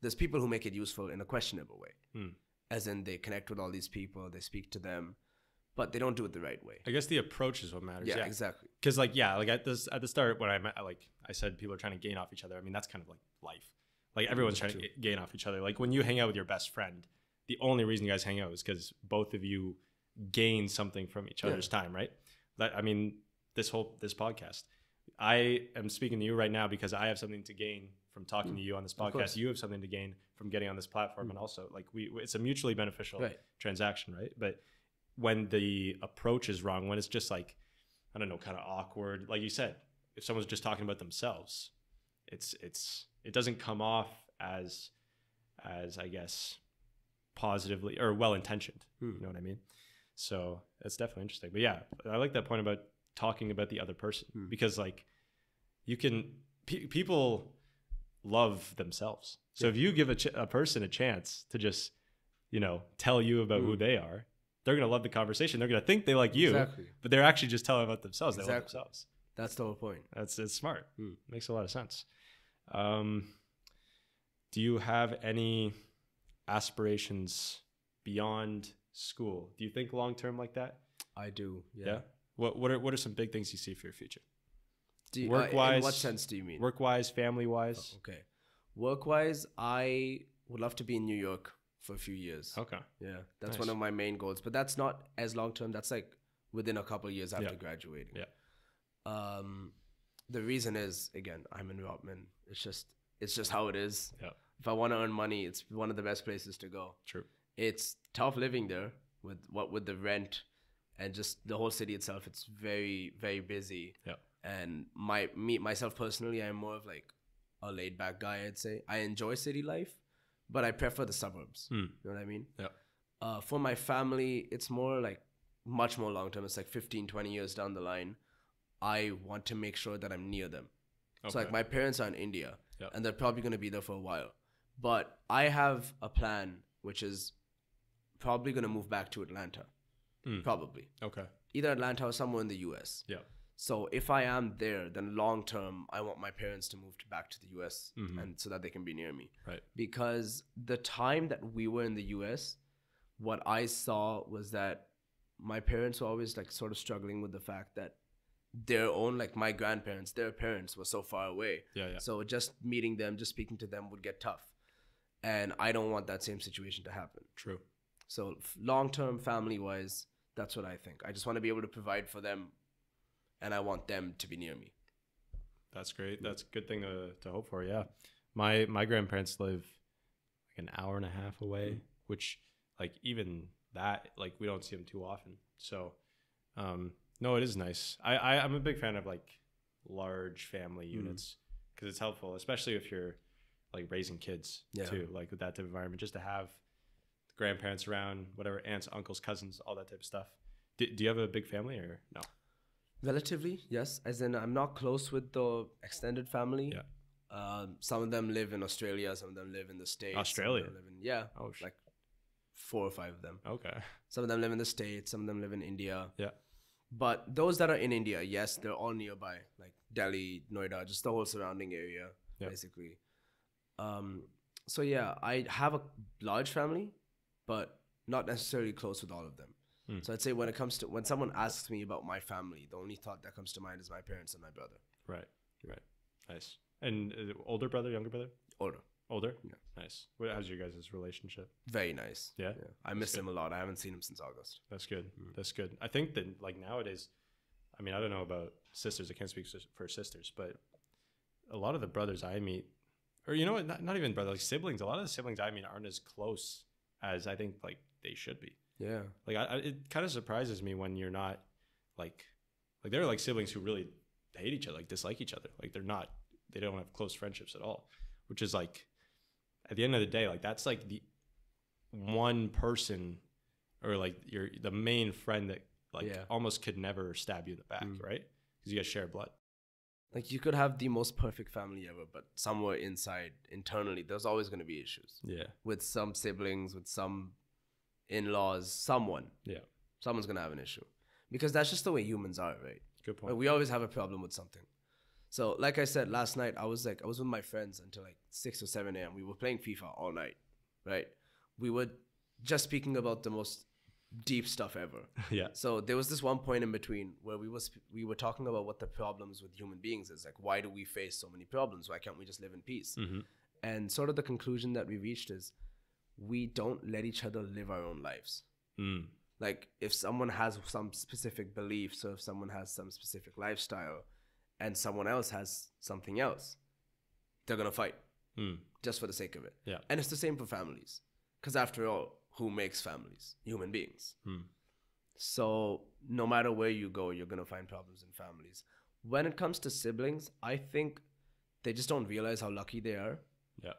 B: there's people who make it useful in a questionable way
A: Mm.
B: as in they connect with all these people, they speak to them, but they don't do it the right way.
A: I guess the approach is what matters.
B: Yeah,
A: Yeah.
B: exactly.
A: Because like yeah, like at this at the start when I met, like I said, people are trying to gain off each other. I mean that's kind of like life. Like everyone's trying to
B: Mm,
A: g-
B: True.
A: gain off each other. Like when you hang out with your best friend, the only reason you guys hang out is because both of you gain something from each
B: Yeah.
A: other's time, right? That I mean, this whole this podcast. I am speaking to you right now because I have something to gain from talking to you on this podcast.
B: Mm, course. Mm.
A: You have something to gain from getting on this platform, and also like we, it's a mutually beneficial
B: Right.
A: transaction, right? But when the approach is wrong, when it's just like, I don't know, kind of awkward, like you said, if someone's just talking about themselves, it's it's it doesn't come off as as I guess positively or well intentioned. You know what I mean? So that's definitely interesting. But yeah, I like that point about talking about the other person
B: Hmm.
A: because like you can pe- people love themselves. So if you give a, ch- a person a chance to just you know tell you about who they are, they're gonna love the conversation. They're gonna think they like you,
B: Hmm. Exactly.
A: but they're actually just telling about themselves. They love
B: Exactly.
A: themselves.
B: That's the whole point.
A: That's it's smart.
B: Hmm.
A: Makes a lot of sense. Um, do you have any aspirations beyond school? Do you think long term like that?
B: I do. Yeah.
A: What what are what are some big things you see for your future?
B: Do you- uh,
A: Work-wise-
B: in what sense do you mean?
A: Work wise, family wise.
B: Okay. Work wise, I would love to be in New York for a few years.
A: Okay.
B: Yeah. That's
A: Nice.
B: one of my main goals, but that's not as long term. That's like within a couple of years after
A: Yeah.
B: graduating.
A: Yeah.
B: Um, the reason is again, I'm in Rotman. It's just it's just how it is.
A: Yeah.
B: If I want to earn money, it's one of the best places to go.
A: True.
B: it's tough living there with what with the rent and just the whole city itself. It's very very busy.
A: Yeah.
B: And my me myself personally, I'm more of like a laid back guy. I'd say I enjoy city life, but I prefer the suburbs.
A: Hmm.
B: You know what I mean?
A: Yeah.
B: Uh, for my family, it's more like much more long term. It's like 15, 20 years down the line. I want to make sure that I'm near them. So like
A: Okay.
B: my parents are in India
A: Yeah.
B: and they're probably going to be there for a while. But I have a plan which is probably going to move back to Atlanta.
A: Mm.
B: Probably.
A: okay.
B: Either Atlanta or somewhere in the US.
A: Yeah.
B: So if I am there, then long term I want my parents to move to back to the US
A: Mhm.
B: and so that they can be near me.
A: Right.
B: Because the time that we were in the US, what I saw was that my parents were always like sort of struggling with the fact that their own like my grandparents, their parents were so far away.
A: Yeah. Yeah.
B: So just meeting them, just speaking to them would get tough. And I don't want that same situation to happen.
A: True.
B: So long term, family wise, that's what I think. I just want to be able to provide for them and I want them to be near me.
A: That's great. That's a good thing to, to hope for. Yeah. My my grandparents live like an hour and a half away, which like even that like we don't see them too often. So um no, it is nice. I, I I'm a big fan of like large family units because it's helpful, especially if you're like raising kids
B: Yeah.
A: too, like with that type of environment, just to have grandparents around, whatever aunts, uncles, cousins, all that type of stuff. Do, do you have a big family or no?
B: Relatively, yes. As in, I'm not close with the extended family.
A: Yeah.
B: Um, some of them live in Australia. Some of them live in the states. some of
A: Australia?
B: them live in- yeah.
A: Oh, sh-
B: like four or five of them.
A: okay.
B: Some of them live in the states. Some of them live in India.
A: Yeah.
B: But those that are in India, yes, they're all nearby, like Delhi, Noida, just the whole surrounding area,
A: Yeah.
B: basically. Um, so yeah, I have a large family, but not necessarily close with all of them.
A: Hmm.
B: So I'd say when it comes to when someone asks me about my family, the only thought that comes to mind is my parents and my brother.
A: Right. Right. Nice. And uh, older brother, younger brother,
B: Older,
A: older.
B: Yeah.
A: Nice. What, how's your guys' relationship?
B: very nice.
A: Yeah? Mm-hmm.
B: I miss him a lot. I haven't seen him since August.
A: That's good. That's good. I think that like nowadays, I mean, I don't know about sisters. I can't speak sis- for sisters, but a lot of the brothers I meet, or you know, what, not, not even brothers, like siblings. A lot of the siblings I meet aren't as close as I think like they should be.
B: Yeah,
A: Like I, I it kind of surprises me when you're not like like there are like siblings who really hate each other, like dislike each other. Like they're not they don't have close friendships at all, which is like at the end of the day, like that's like the one person or like your the main friend that like
B: Yeah.
A: almost could never stab you in the back,
B: Mm.
A: right? Because you guys share blood.
B: like you could have the most perfect family ever, but somewhere inside, internally, there's always going to be issues.
A: Yeah.
B: with some siblings, with some in laws, someone.
A: Yeah.
B: Someone's gonna have an issue. Because that's just the way humans are, right?
A: Good point.
B: Like, we always have a problem with something. So like I said last night, I was like I was with my friends until like six or seven AM. We were playing FIFA all night, right? We were just speaking about the most deep stuff ever.
A: yeah.
B: So there was this one point in between where we was we were talking about what the problems with human beings is like. Why do we face so many problems? Why can't we just live in peace?
A: Mm-hmm.
B: And sort of the conclusion that we reached is we don't let each other live our own lives.
A: Mm.
B: Like if someone has some specific beliefs or if someone has some specific lifestyle and someone else has something else, they're going to fight
A: Mm.
B: just for the sake of it.
A: Yeah.
B: And it's the same for families. Cuz after all, who makes families? Human beings.
A: Mm.
B: So no matter where you go, you're gonna find problems in families. When it comes to siblings, I think they just don't realize how lucky they are.
A: Yeah.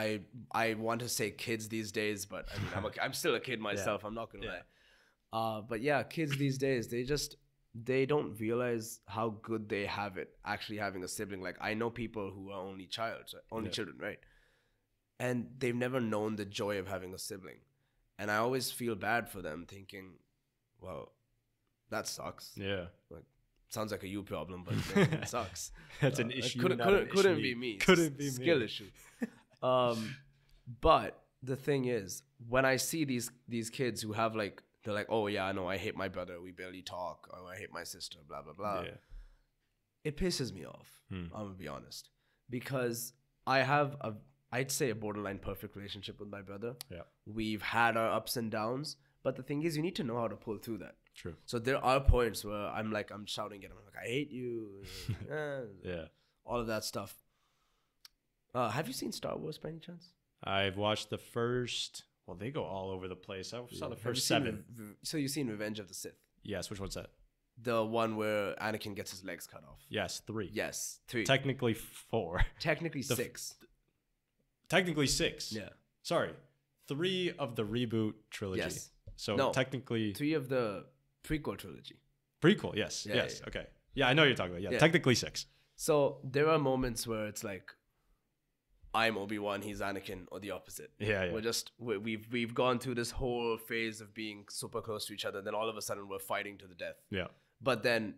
B: I I want to say kids these days, but I mean I'm a, I'm still a kid myself. I'm not gonna
A: Yeah.
B: lie. Uh, but yeah, kids these days they just they don't realize how good they have it actually having a sibling. Like I know people who are only child, only
A: Yeah.
B: children, right? And they've never known the joy of having a sibling, and I always feel bad for them, thinking, well, that sucks.
A: Yeah.
B: Sounds like a you problem, but yeah, it sucks.
A: That's an
B: Uh,
A: issue.
B: Couldn't,
A: not
B: couldn't,
A: an
B: couldn't
A: issue.
B: be me. It's
A: Couldn't
B: a
A: be me.
B: Skill issue. Um, but the thing is, when I see these these kids who have like, they're like, oh yeah, I know, I hate my brother. We barely talk. Oh, I hate my sister. Blah blah blah.
A: Yeah.
B: It pisses me off.
A: Hmm.
B: I'm gonna be honest, because I have a, I'd say a borderline perfect relationship with my brother.
A: Yeah.
B: We've had our ups and downs, but the thing is, you need to know how to pull through that.
A: True.
B: So there are points where I'm like, I'm shouting at him, I'm like, I hate you. Eh,
A: Yeah.
B: all of that stuff. Uh, have you seen Star Wars by any chance?
A: I've watched the first. Well, they go all over the place. I saw the
B: Have you
A: first
B: seen
A: seven.
B: Re- Re- so you've seen Revenge of the Sith.
A: Yes, which one's that?
B: The one where Anakin gets his legs cut off.
A: Yes, three.
B: Yes, three.
A: Technically four.
B: Technically
A: the f-
B: six.
A: technically six.
B: yeah.
A: Sorry, three of the reboot trilogy.
B: Yes.
A: So
B: No.
A: technically
B: Three of the prequel trilogy.
A: prequel. Yes.
B: Yeah,
A: yes.
B: yeah,
A: Okay. Yeah, I know what you're talking about. Yeah,
B: Yeah.
A: Technically six.
B: So there are moments where it's like, I'm Obi Wan, he's Anakin, or the opposite.
A: Yeah. Yeah.
B: We're just we- we've we've gone through this whole phase of being super close to each other. Then all of a sudden we're fighting to the death.
A: yeah.
B: But then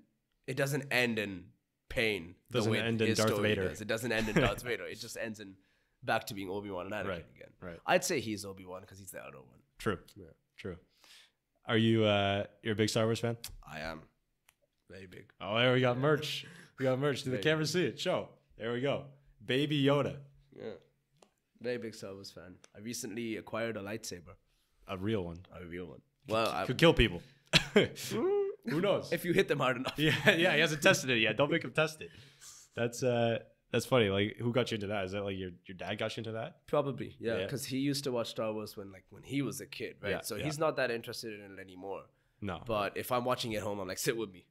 B: it doesn't end in pain. the
A: Doesn't
B: way
A: end in
B: his
A: Darth
B: story
A: Vader.
B: does. It doesn't end in Darth Vader. It just ends in back to being Obi Wan and Anakin
A: Right.
B: again.
A: Right.
B: I'd say he's Obi Wan because he's the elder one.
A: True.
B: Yeah.
A: True. Are you uh you're a big Star Wars fan?
B: I am very big.
A: Oh, there we got merch. We got merch. Do the
B: Baby.
A: camera see it? Show. There we go. Baby Yoda,
B: Yeah. Very big Star Wars fan. I recently acquired a lightsaber,
A: a real one.
B: a real one. Well, I,
A: Could kill people. Who knows?
B: if you hit them hard enough.
A: yeah, yeah. He hasn't tested it yet. Don't make him test it. That's uh, that's funny. Like, who got you into that? Is that like your your dad got you into that?
B: Probably, yeah,
A: Yeah.
B: because he used to watch Star Wars when like when he was a kid, right?
A: Yeah,
B: so
A: yeah.
B: he's not that interested in it anymore.
A: No.
B: But if I'm watching at home, I'm like, sit with me,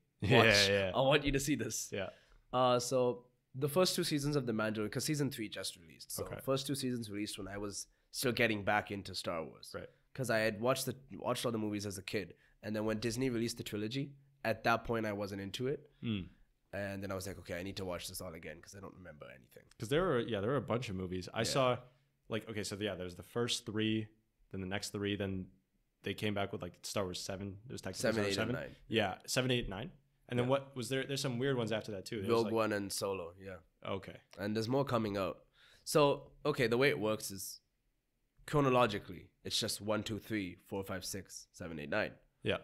B: watch.
A: Yeah, yeah.
B: I want you to see this.
A: yeah.
B: Uh, so the first two seasons of The Mandalorian, because season three just released. So
A: Okay.
B: first two seasons released when I was still getting back into Star Wars,
A: Right.
B: Because I had watched the watched all the movies as a kid, and then when Disney released the trilogy, at that point I wasn't into it,
A: Mm.
B: and then I was like, okay, I need to watch this all again because I don't remember anything.
A: Because there were yeah, there were a bunch of movies. I saw like okay, so yeah, there's the first three, then the next three, then they came back with like Star Wars seven. There's technically
B: Seven,
A: Star Wars
B: eight, and
A: seven.
B: nine.
A: Yeah, seven, eight, nine. And then
B: Yeah.
A: what was there? There's some weird ones after that too. There's
B: Rogue
A: like,
B: One and Solo, yeah.
A: Okay.
B: and there's more coming out. So, okay, the way it works is chronologically, it's just one, two, three, four, five, six, seven, eight, nine.
A: Yeah.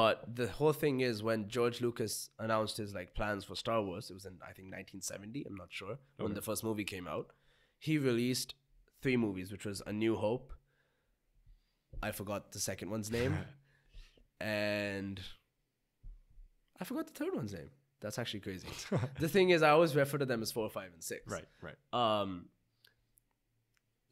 B: But the whole thing is when George Lucas announced his like plans for Star Wars, it was in I think 1970, I'm not sure, when
A: Okay.
B: the first movie came out, he released three movies, which was A New Hope, I forgot the second one's name, and I forgot the third one's name. That's actually crazy. the thing is I always refer to them as 4, 5 and 6.
A: Right. Right.
B: Um.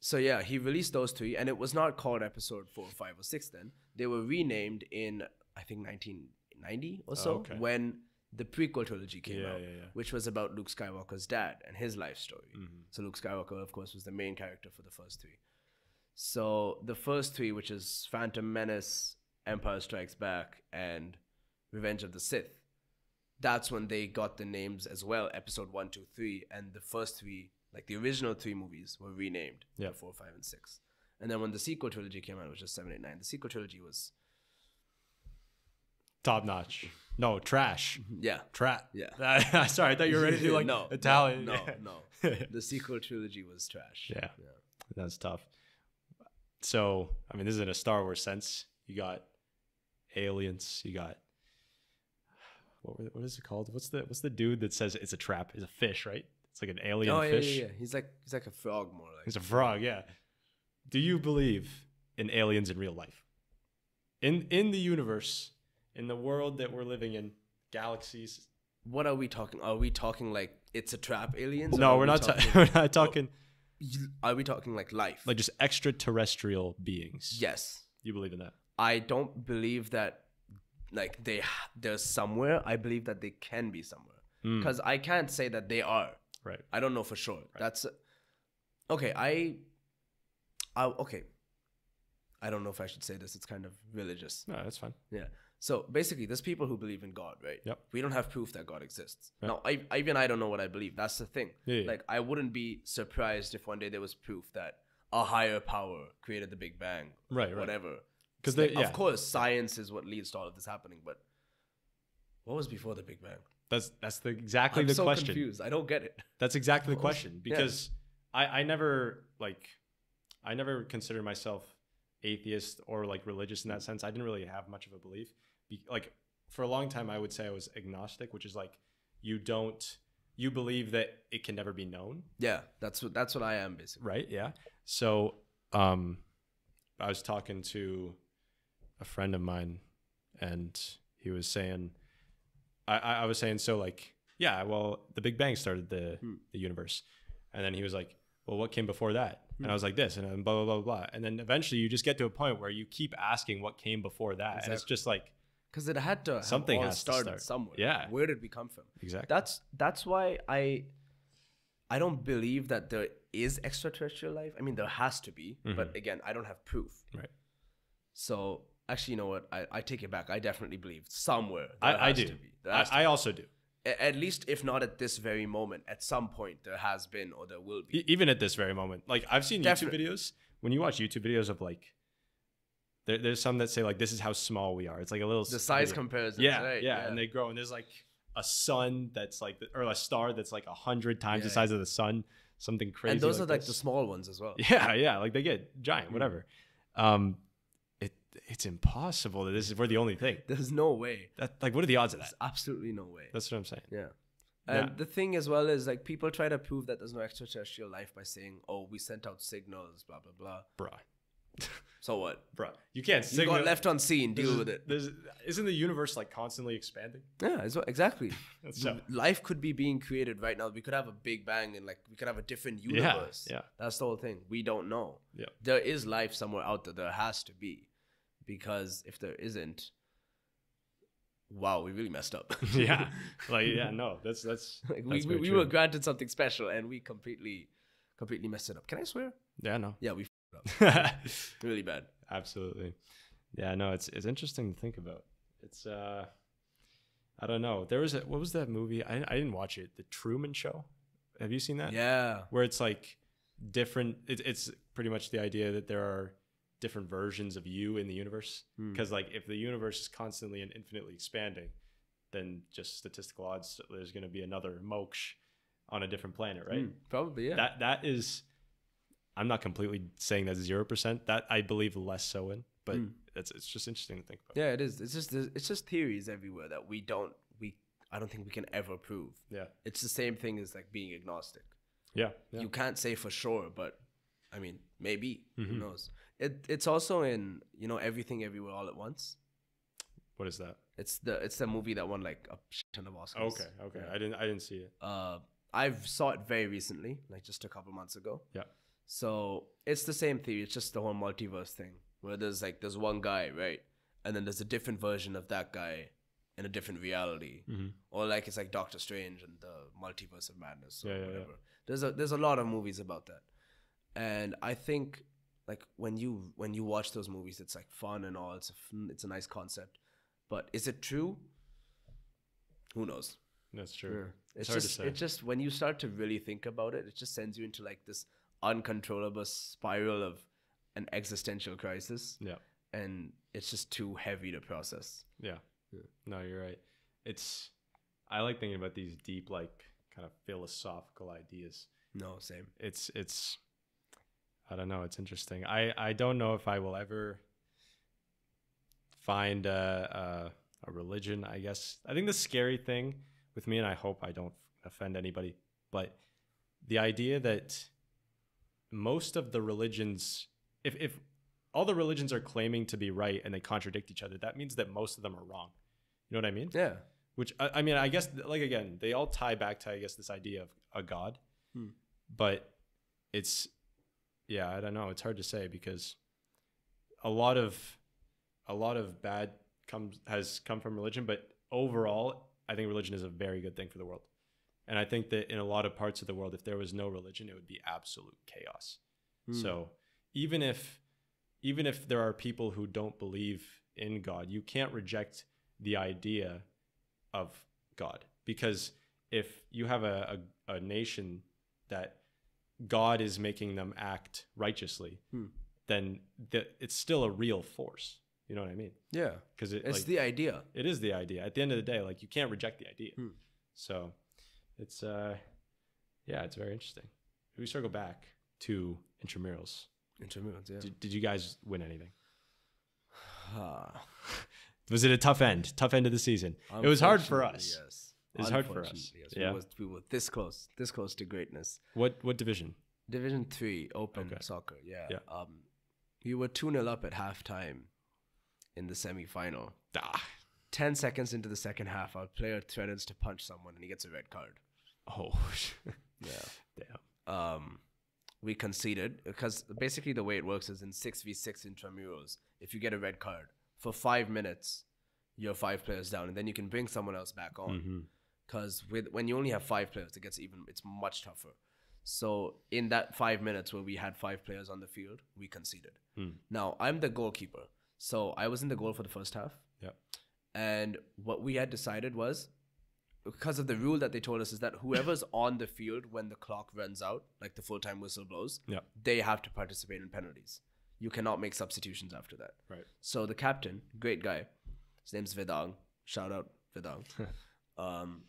B: So yeah, he released those three, and it was not called Episode Four, Five, or Six. Then they were renamed in I think 1990 or so
A: okay.
B: when the prequel trilogy came
A: Yeah,
B: out,
A: yeah, yeah.
B: which was about Luke Skywalker's dad and his life story.
A: Mhm.
B: So Luke Skywalker, of course, was the main character for the first three. So the first three, which is Phantom Menace, Empire Strikes Back, and Revenge of the Sith, that's when they got the names as well. Episode one, two, three, and the first three, like the original three movies, were renamed.
A: Yeah.
B: four, five, and six. And then when the sequel trilogy came out, it was just seven, eight, nine. The sequel trilogy was
A: Top notch. No trash.
B: yeah,
A: Trap.
B: Mm-hmm. Yeah.
A: Sorry, I thought you were ready to do like
B: No, no,
A: Italian.
B: No, no, the sequel trilogy was trash.
A: Yeah.
B: yeah.
A: That's tough. So, I mean, this is in a Star Wars sense. You got aliens. You got what? were- What is it called? What's the What's the dude that says it's a trap? It's a fish, right? It's like an alien
B: Oh yeah,
A: fish.
B: yeah, yeah. He's like he's like a frog more like.
A: It's a frog. Yeah. Do you believe in aliens in real life? In in the universe, in the world that we're living in, galaxies.
B: what are we talking? Are we talking like it's a trap aliens? or
A: No,
B: are
A: we're
B: we
A: not.
B: talking- Oh.
A: Ta- we're not talking
B: are we talking like life?
A: like just extraterrestrial beings.
B: yes,
A: You believe in that?
B: I don't believe that like they they're somewhere. I believe that they can be somewhere
A: Mm.
B: because I can't say that they are.
A: Right.
B: I don't know for sure. That's okay. I, I okay. I don't know if I should say this. It's kind of religious.
A: No, that's fine.
B: Yeah. So basically, there's people who believe in God, right?
A: Yep.
B: We don't have proof that God exists.
A: Yeah.
B: Now, I, I- even I don't know what I believe. That's the thing.
A: Yeah, yeah.
B: Like, I wouldn't be surprised if one day there was proof that a higher power created the Big Bang,
A: Right, right.
B: whatever.
A: Because
B: Like,
A: they, yeah,
B: Of course, science is what leads to all of this happening, but what was before the Big Bang?
A: that's that's the exactly
B: I'm
A: the
B: so
A: question.
B: confused. I don't get it.
A: That's exactly the
B: What was-
A: question
B: yeah.
A: because I I never like I never considered myself atheist or like religious in that sense. I didn't really have much of a belief. Be, like for a long time, I would say I was agnostic, which is like you don't you believe that it can never be known,
B: Yeah, that's what that's what I am basically.
A: right? Yeah. So um, I was talking to a friend of mine, and he was saying, I, I I was saying so like yeah, well the Big Bang started the
B: Hmm.
A: the universe, and then he was like, well what came before that?
B: Hmm.
A: And I was like this, and then blah blah blah blah, blah. and then eventually you just get to a point where you keep asking what came before that, and it's
B: Exactly.
A: just like
B: because it had to have
A: Something
B: all
A: has to
B: started
A: start.
B: somewhere.
A: Yeah.
B: where did we come from?
A: Exactly.
B: That's that's why I I don't believe that there is extraterrestrial life. I mean, there has to be, but again, I don't have proof.
A: Mm-hmm. right.
B: So actually, you know what? I, I take it back. I definitely believe somewhere. there
A: I, I
B: has
A: do.
B: To be. There
A: I,
B: has to
A: I also do.
B: a- at least if not at this very moment at some point there has been or there will be
A: E- even at this very moment. Like I've seen
B: Definitely.
A: YouTube videos. When you watch YouTube videos of like, there, there's some that say like this is how small we are. It's like a little
B: the size
A: video.
B: comparison
A: Yeah,
B: right?
A: yeah, and they grow, and there's like a sun that's like, or a star that's like a hundred times
B: Yeah,
A: the size of the sun, something crazy.
B: and those are like
A: this.
B: the small Mm-hmm. ones as well
A: Yeah, yeah, like they get giant, whatever. Um, it it's impossible that this is we're the only thing.
B: there's no way
A: That like, what are the odds of that?
B: there's absolutely no way
A: That's what I'm saying.
B: yeah and
A: Yeah.
B: the thing as well is like people try to prove that there's no extraterrestrial life by saying oh we sent out signals blah blah blah
A: Bruh,
B: so what
A: bruh, you can't
B: you
A: signal.
B: got left unseen
A: There's-
B: deal with it
A: There's, isn't the universe like constantly expanding?
B: yeah as well, exactly Mm-hmm.
A: So
B: life could be being created right now we could have a big bang and like we could have a different universe
A: yeah.
B: that's the whole thing we don't know
A: yeah,
B: there is life somewhere out there. There has to be, because if there isn't, wow, we really messed up.
A: yeah, like yeah, no, that's that's,
B: like we,
A: that's
B: we,
A: very
B: we
A: true.
B: were granted something special and we completely, completely messed it up. Can I swear?
A: yeah, no,
B: Yeah, we f- really bad.
A: absolutely, yeah, no, it's it's interesting to think about. It's uh, I don't know. There was a, what was that movie? I I didn't watch it. The Truman Show. Have you seen that?
B: Yeah,
A: where it's like different it, it's pretty much the idea that there are different versions of you in the universe
B: Hmm.
A: because like if the universe is constantly and infinitely expanding then just statistical odds there's going to be another moksh on a different planet right
B: Mm, probably yeah.
A: that that is i'm not completely saying that's 0% that i believe less so in but
B: Hmm.
A: it's, it's just interesting to think about
B: yeah, it is. It's just it's just theories everywhere that we don't we I don't think we can ever prove.
A: yeah
B: It's the same thing as like being agnostic.
A: yeah, yeah.
B: you can't say for sure, but I mean, maybe
A: Mm-hmm.
B: who knows? It it's also in you know everything everywhere all at once.
A: what is that Oh,
B: It's the it's the movie that won like a shit ton of Oscars.
A: okay okay i didn't i didn't see it
B: Uh, I've saw it very recently, like just a couple months ago.
A: yeah
B: So it's the same theory. It's just the whole multiverse thing, where there's like there's one guy, right, and then there's a different version of that guy in a different reality,
A: Mhm.
B: or like it's like Doctor Strange and the multiverse of madness or
A: Yeah, yeah, yeah.
B: whatever. There's a there's a lot of movies about that, and I think like when you when you watch those movies, it's like fun and all. It's a fun, it's a nice concept, but is it true? Who knows?
A: that's true
B: Mm. It's,
A: It's hard to
B: just
A: say.
B: it's just when you start to really think about it, it just sends you into like this uncontrollable spiral of an existential crisis,
A: yeah.
B: and it's just too heavy to process.
A: Yeah. No, you're right. It's I like thinking about these deep like kind of philosophical ideas.
B: No, same.
A: It's it's I don't know, it's interesting. I I don't know if I will ever find a a, a religion, I guess. I think the scary thing with me and I hope I don't offend anybody, but the idea that most of the religions if if all the religions are claiming to be right and they contradict each other, that means that most of them are wrong. You know what I mean?
B: Yeah,
A: which I, I mean i guess like again they all tie back to i guess this idea of a god
B: Hmm.
A: but it's yeah i don't know it's hard to say because a lot of a lot of bad comes has come from religion but overall i think religion is a very good thing for the world and i think that in a lot of parts of the world if there was no religion it would be absolute chaos
B: Hmm. Mm.
A: so even if even if there are people who don't believe in God, you can't reject the idea of God because if you have a, a, a nation that God is making them act righteously,
B: Hmm.
A: then th- it's still a real force. You know what I mean?
B: yeah,
A: Because it,
B: it's
A: like,
B: the idea.
A: it is the idea. At the end of the day, like you can't reject the idea.
B: Hmm.
A: So it's uh yeah, it's very interesting. If we circle back to intramurals,
B: Intramurals, yeah.
A: did, did you guys win anything?
B: Ah,
A: Was it a tough end? Tough end of the season. It was hard for
B: unfortunately,
A: us.
B: Yes.
A: It was hard for
B: Unfortunately,
A: us.
B: Yes.
A: Yeah.
B: We, was, we were this close, this close to greatness.
A: What what division?
B: Division three, open
A: Okay.
B: soccer. Yeah.
A: Yeah.
B: Um, we were two 0 up at halftime in the semifinal.
A: Ah.
B: 10 seconds into the second half, our player threatens to punch someone and he gets a red card.
A: Oh.
B: Yeah.
A: Damn.
B: Um, we conceded because basically the way it works is in 6v6 intramurals, if you get a red card for five minutes, your five players down, and then you can bring someone else back on.
A: Mhm.
B: Because with when you only have five players, it gets even it's much tougher. So in that five minutes where we had five players on the field, we conceded.
A: Mm.
B: Now I'm the goalkeeper, so I was in the goal for the first half.
A: Yeah.
B: And what we had decided was because of the rule that they told us is that whoever's on the field when the clock runs out, like the full time whistle blows,
A: Yeah.
B: they have to participate in penalties. You cannot make substitutions after that.
A: Right.
B: So the captain, great guy, his name's Vedang. Shout out Vedang. um,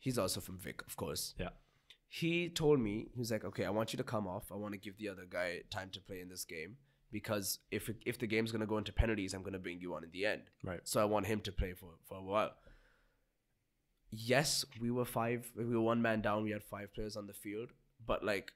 B: he's also from Vic, of course.
A: Yeah.
B: He told me he was like, "Okay, I want you to come off. I want to give the other guy time to play in this game because if it, if the game's gonna go into penalties, I'm gonna bring you on in the end.
A: Right.
B: So I want him to play for for a while." Yes, we were five. We were one man down. We had five players on the field, but like,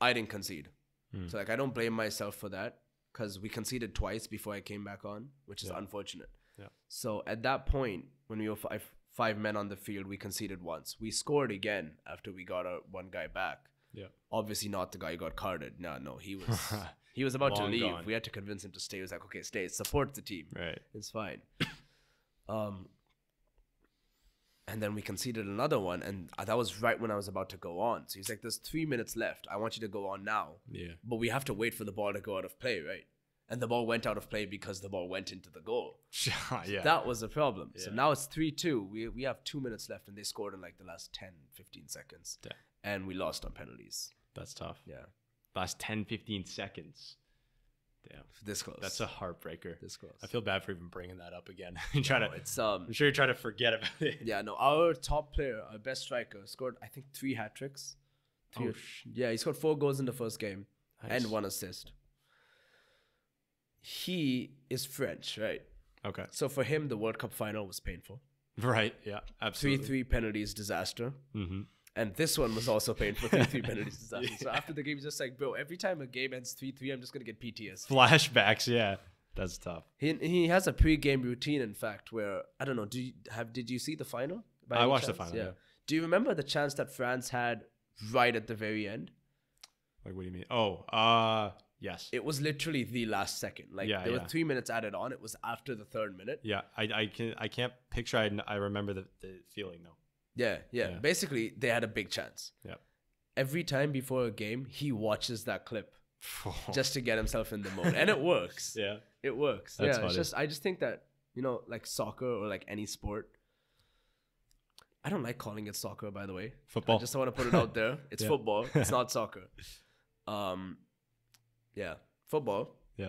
B: I didn't concede.
A: Hmm.
B: So like, I don't blame myself for that because we conceded twice before I came back on, which is
A: Yeah.
B: unfortunate.
A: Yeah.
B: So at that point, when we were five five men on the field, we conceded once. We scored again after we got our one guy back.
A: Yeah.
B: Obviously not the guy who got carded. No, no, he was he was about to
A: Long
B: leave.
A: gone.
B: We had to convince him to stay. He was like, okay, stay, support the team.
A: Right.
B: It's fine. um, and then we conceded another one, and uh, that was right when I was about to go on. So he's like, "There's three minutes left. I want you to go on now."
A: Yeah.
B: but we have to wait for the ball to go out of play, right? And the ball went out of play because the ball went into the goal.
A: yeah.
B: That was the problem. So
A: Yeah.
B: now it's 3 2. We, we have two minutes left, and they scored in like the last 10, 15 seconds.
A: Damn.
B: And we lost on penalties.
A: That's tough.
B: Yeah.
A: Last 10, 15 seconds. Damn.
B: This close.
A: That's a heartbreaker.
B: This close.
A: I feel bad for even bringing that up again. you try to,
B: it's, um,
A: I'm sure you're trying to forget about it.
B: yeah, no, our top player, our best striker, scored, I think, three hat tricks. Three
A: Oh,
B: or-
A: sh-
B: yeah, he scored four goals in the first game.
A: Nice.
B: and one assist. He is French, right?
A: Okay.
B: So for him, the World Cup final was painful.
A: Right. Yeah.
B: Three
A: Absolutely.
B: three penalties disaster,
A: Mm-hmm.
B: and this one was also painful. Three three penalties disaster. So after the game, he's just like, bro, every time a game ends three three, I'm just gonna get PTSD.
A: Flashbacks. Yeah. That's tough.
B: He he has a pre-game routine, in fact, where I don't know. Do you have did you see the final? by
A: I
B: any
A: watched the
B: chance?
A: final, yeah.
B: Do you remember the chance that France had right at the very end?
A: Like, what do you mean? Oh, uh, yes.
B: It was literally the last second. Like
A: Yeah,
B: there
A: yeah.
B: were three minutes added on. It was after the third minute.
A: yeah. I, I can, I can't picture. I, I remember the, the feeling though.
B: Yeah, yeah,
A: Yeah.
B: Basically, they had a big chance.
A: Yep.
B: Every time before a game, he watches that clip just to get himself in the mode, and it works.
A: Oh. yeah.
B: It works.
A: That's
B: yeah,
A: funny.
B: it's just I just think that you know, like soccer or like any sport. I don't like calling it soccer, by the way.
A: Football.
B: I just want to put it out there. It's
A: Yeah.
B: football. It's not soccer. Um, yeah, football
A: yeah.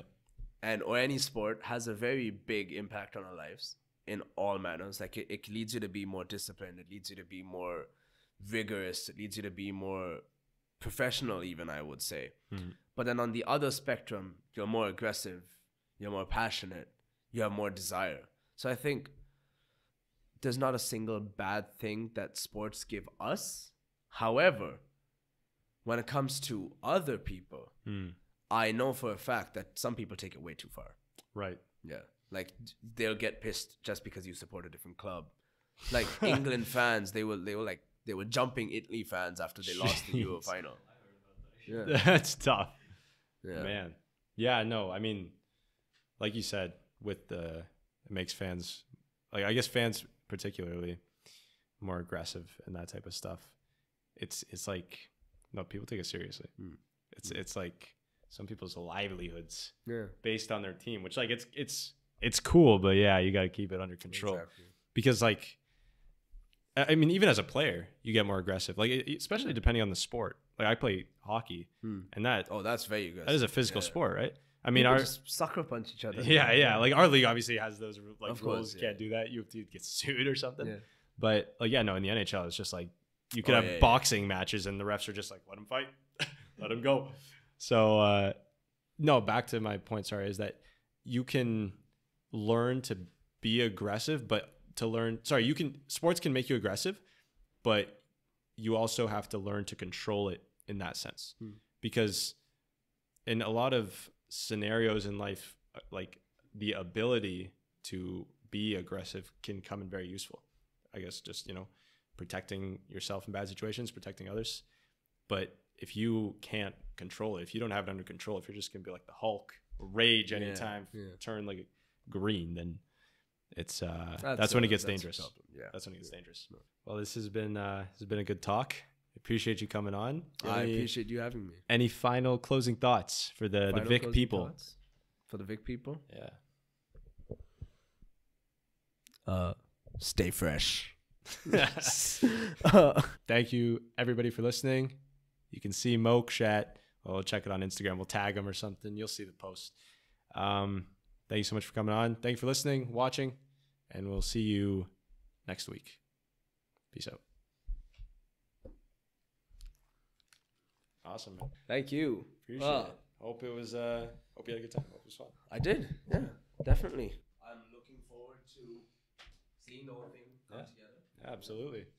B: and or any sport has a very big impact on our lives in all manners like it, it leads you to be more disciplined it leads you to be more rigorous it leads you to be more professional even i would say
A: Mhm.
B: but then on the other spectrum you're more aggressive you're more passionate you have more desire so i think there's not a single bad thing that sports give us however when it comes to other people
A: Mm.
B: I know for a fact that some people take it way too far.
A: Right.
B: Yeah. Like d- they'll get pissed just because you support a different club. Like England fans, they were they were like they were jumping Italy fans after they lost the Euro
A: Jeez.
B: final. Yeah.
A: That's tough.
B: yeah.
A: Man. Yeah, no, I mean, like you said, with the it makes fans like I guess fans particularly more aggressive and that type of stuff. It's it's like no, people take it seriously.
B: Mm.
A: It's it's like some people's livelihoods
B: Yeah.
A: based on their team, which like it's it's it's cool, but yeah, you gotta keep it under control
B: Exactly.
A: because like I I mean, even as a player, you get more aggressive. Like, it- especially depending on the sport. Like, I play hockey,
B: Hmm.
A: and that
B: Oh, that's very good.
A: that is a physical sport, right? I mean,
B: People
A: our
B: just sucker punch each other.
A: yeah, yeah, like our league obviously has those ru- like
B: Of course,
A: rules. You
B: yeah.
A: can't do that. You have to get sued or something.
B: Yeah.
A: But like, yeah, no, in the NHL, it's just like you could
B: Oh,
A: have
B: yeah, yeah.
A: boxing matches, and the refs are just like, let him fight, let him go. So uh, no, back to my point. Sorry, is that you can learn to be aggressive, but to learn, sorry, you can sports can make you aggressive, but you also have to learn to control it in that sense
B: Hmm.
A: because in a lot of scenarios in life uh, like the ability to be aggressive can come in very useful i guess just you know protecting yourself in bad situations protecting others but if you can't control it if you don't have it under control if you're just going to be like the hulk rage
B: Yeah,
A: anytime
B: yeah.
A: turn like green then it's uh, that's, when
B: a-
A: it gets
B: that's a
A: dangerous.
B: problem, Yeah.
A: That's when it gets
B: Yeah.
A: dangerous.
B: No.
A: Well, this has been uh, this has been a good talk. Appreciate you coming on.
B: I
A: Any-
B: appreciate you having me.
A: Any final closing thoughts for the the
B: Final
A: Vic
B: closing
A: people?
B: thoughts For the Vic people,
A: Yeah.
B: uh, stay fresh. Uh,
A: Thank you everybody for listening. You can see Moksh at well, check it on Instagram. We'll tag him or something. You'll see the post. Um, thank you so much for coming on. Thank you for listening, watching, and we'll see you next week. Peace out. Awesome. Man.
B: Thank you.
A: Appreciate
B: Well,
A: it. Hope it was uh hope you had a good time. Hope it was fun.
B: I did. Yeah, definitely. I'm looking forward to seeing the whole thing
A: come Yeah.
B: together.
A: Absolutely.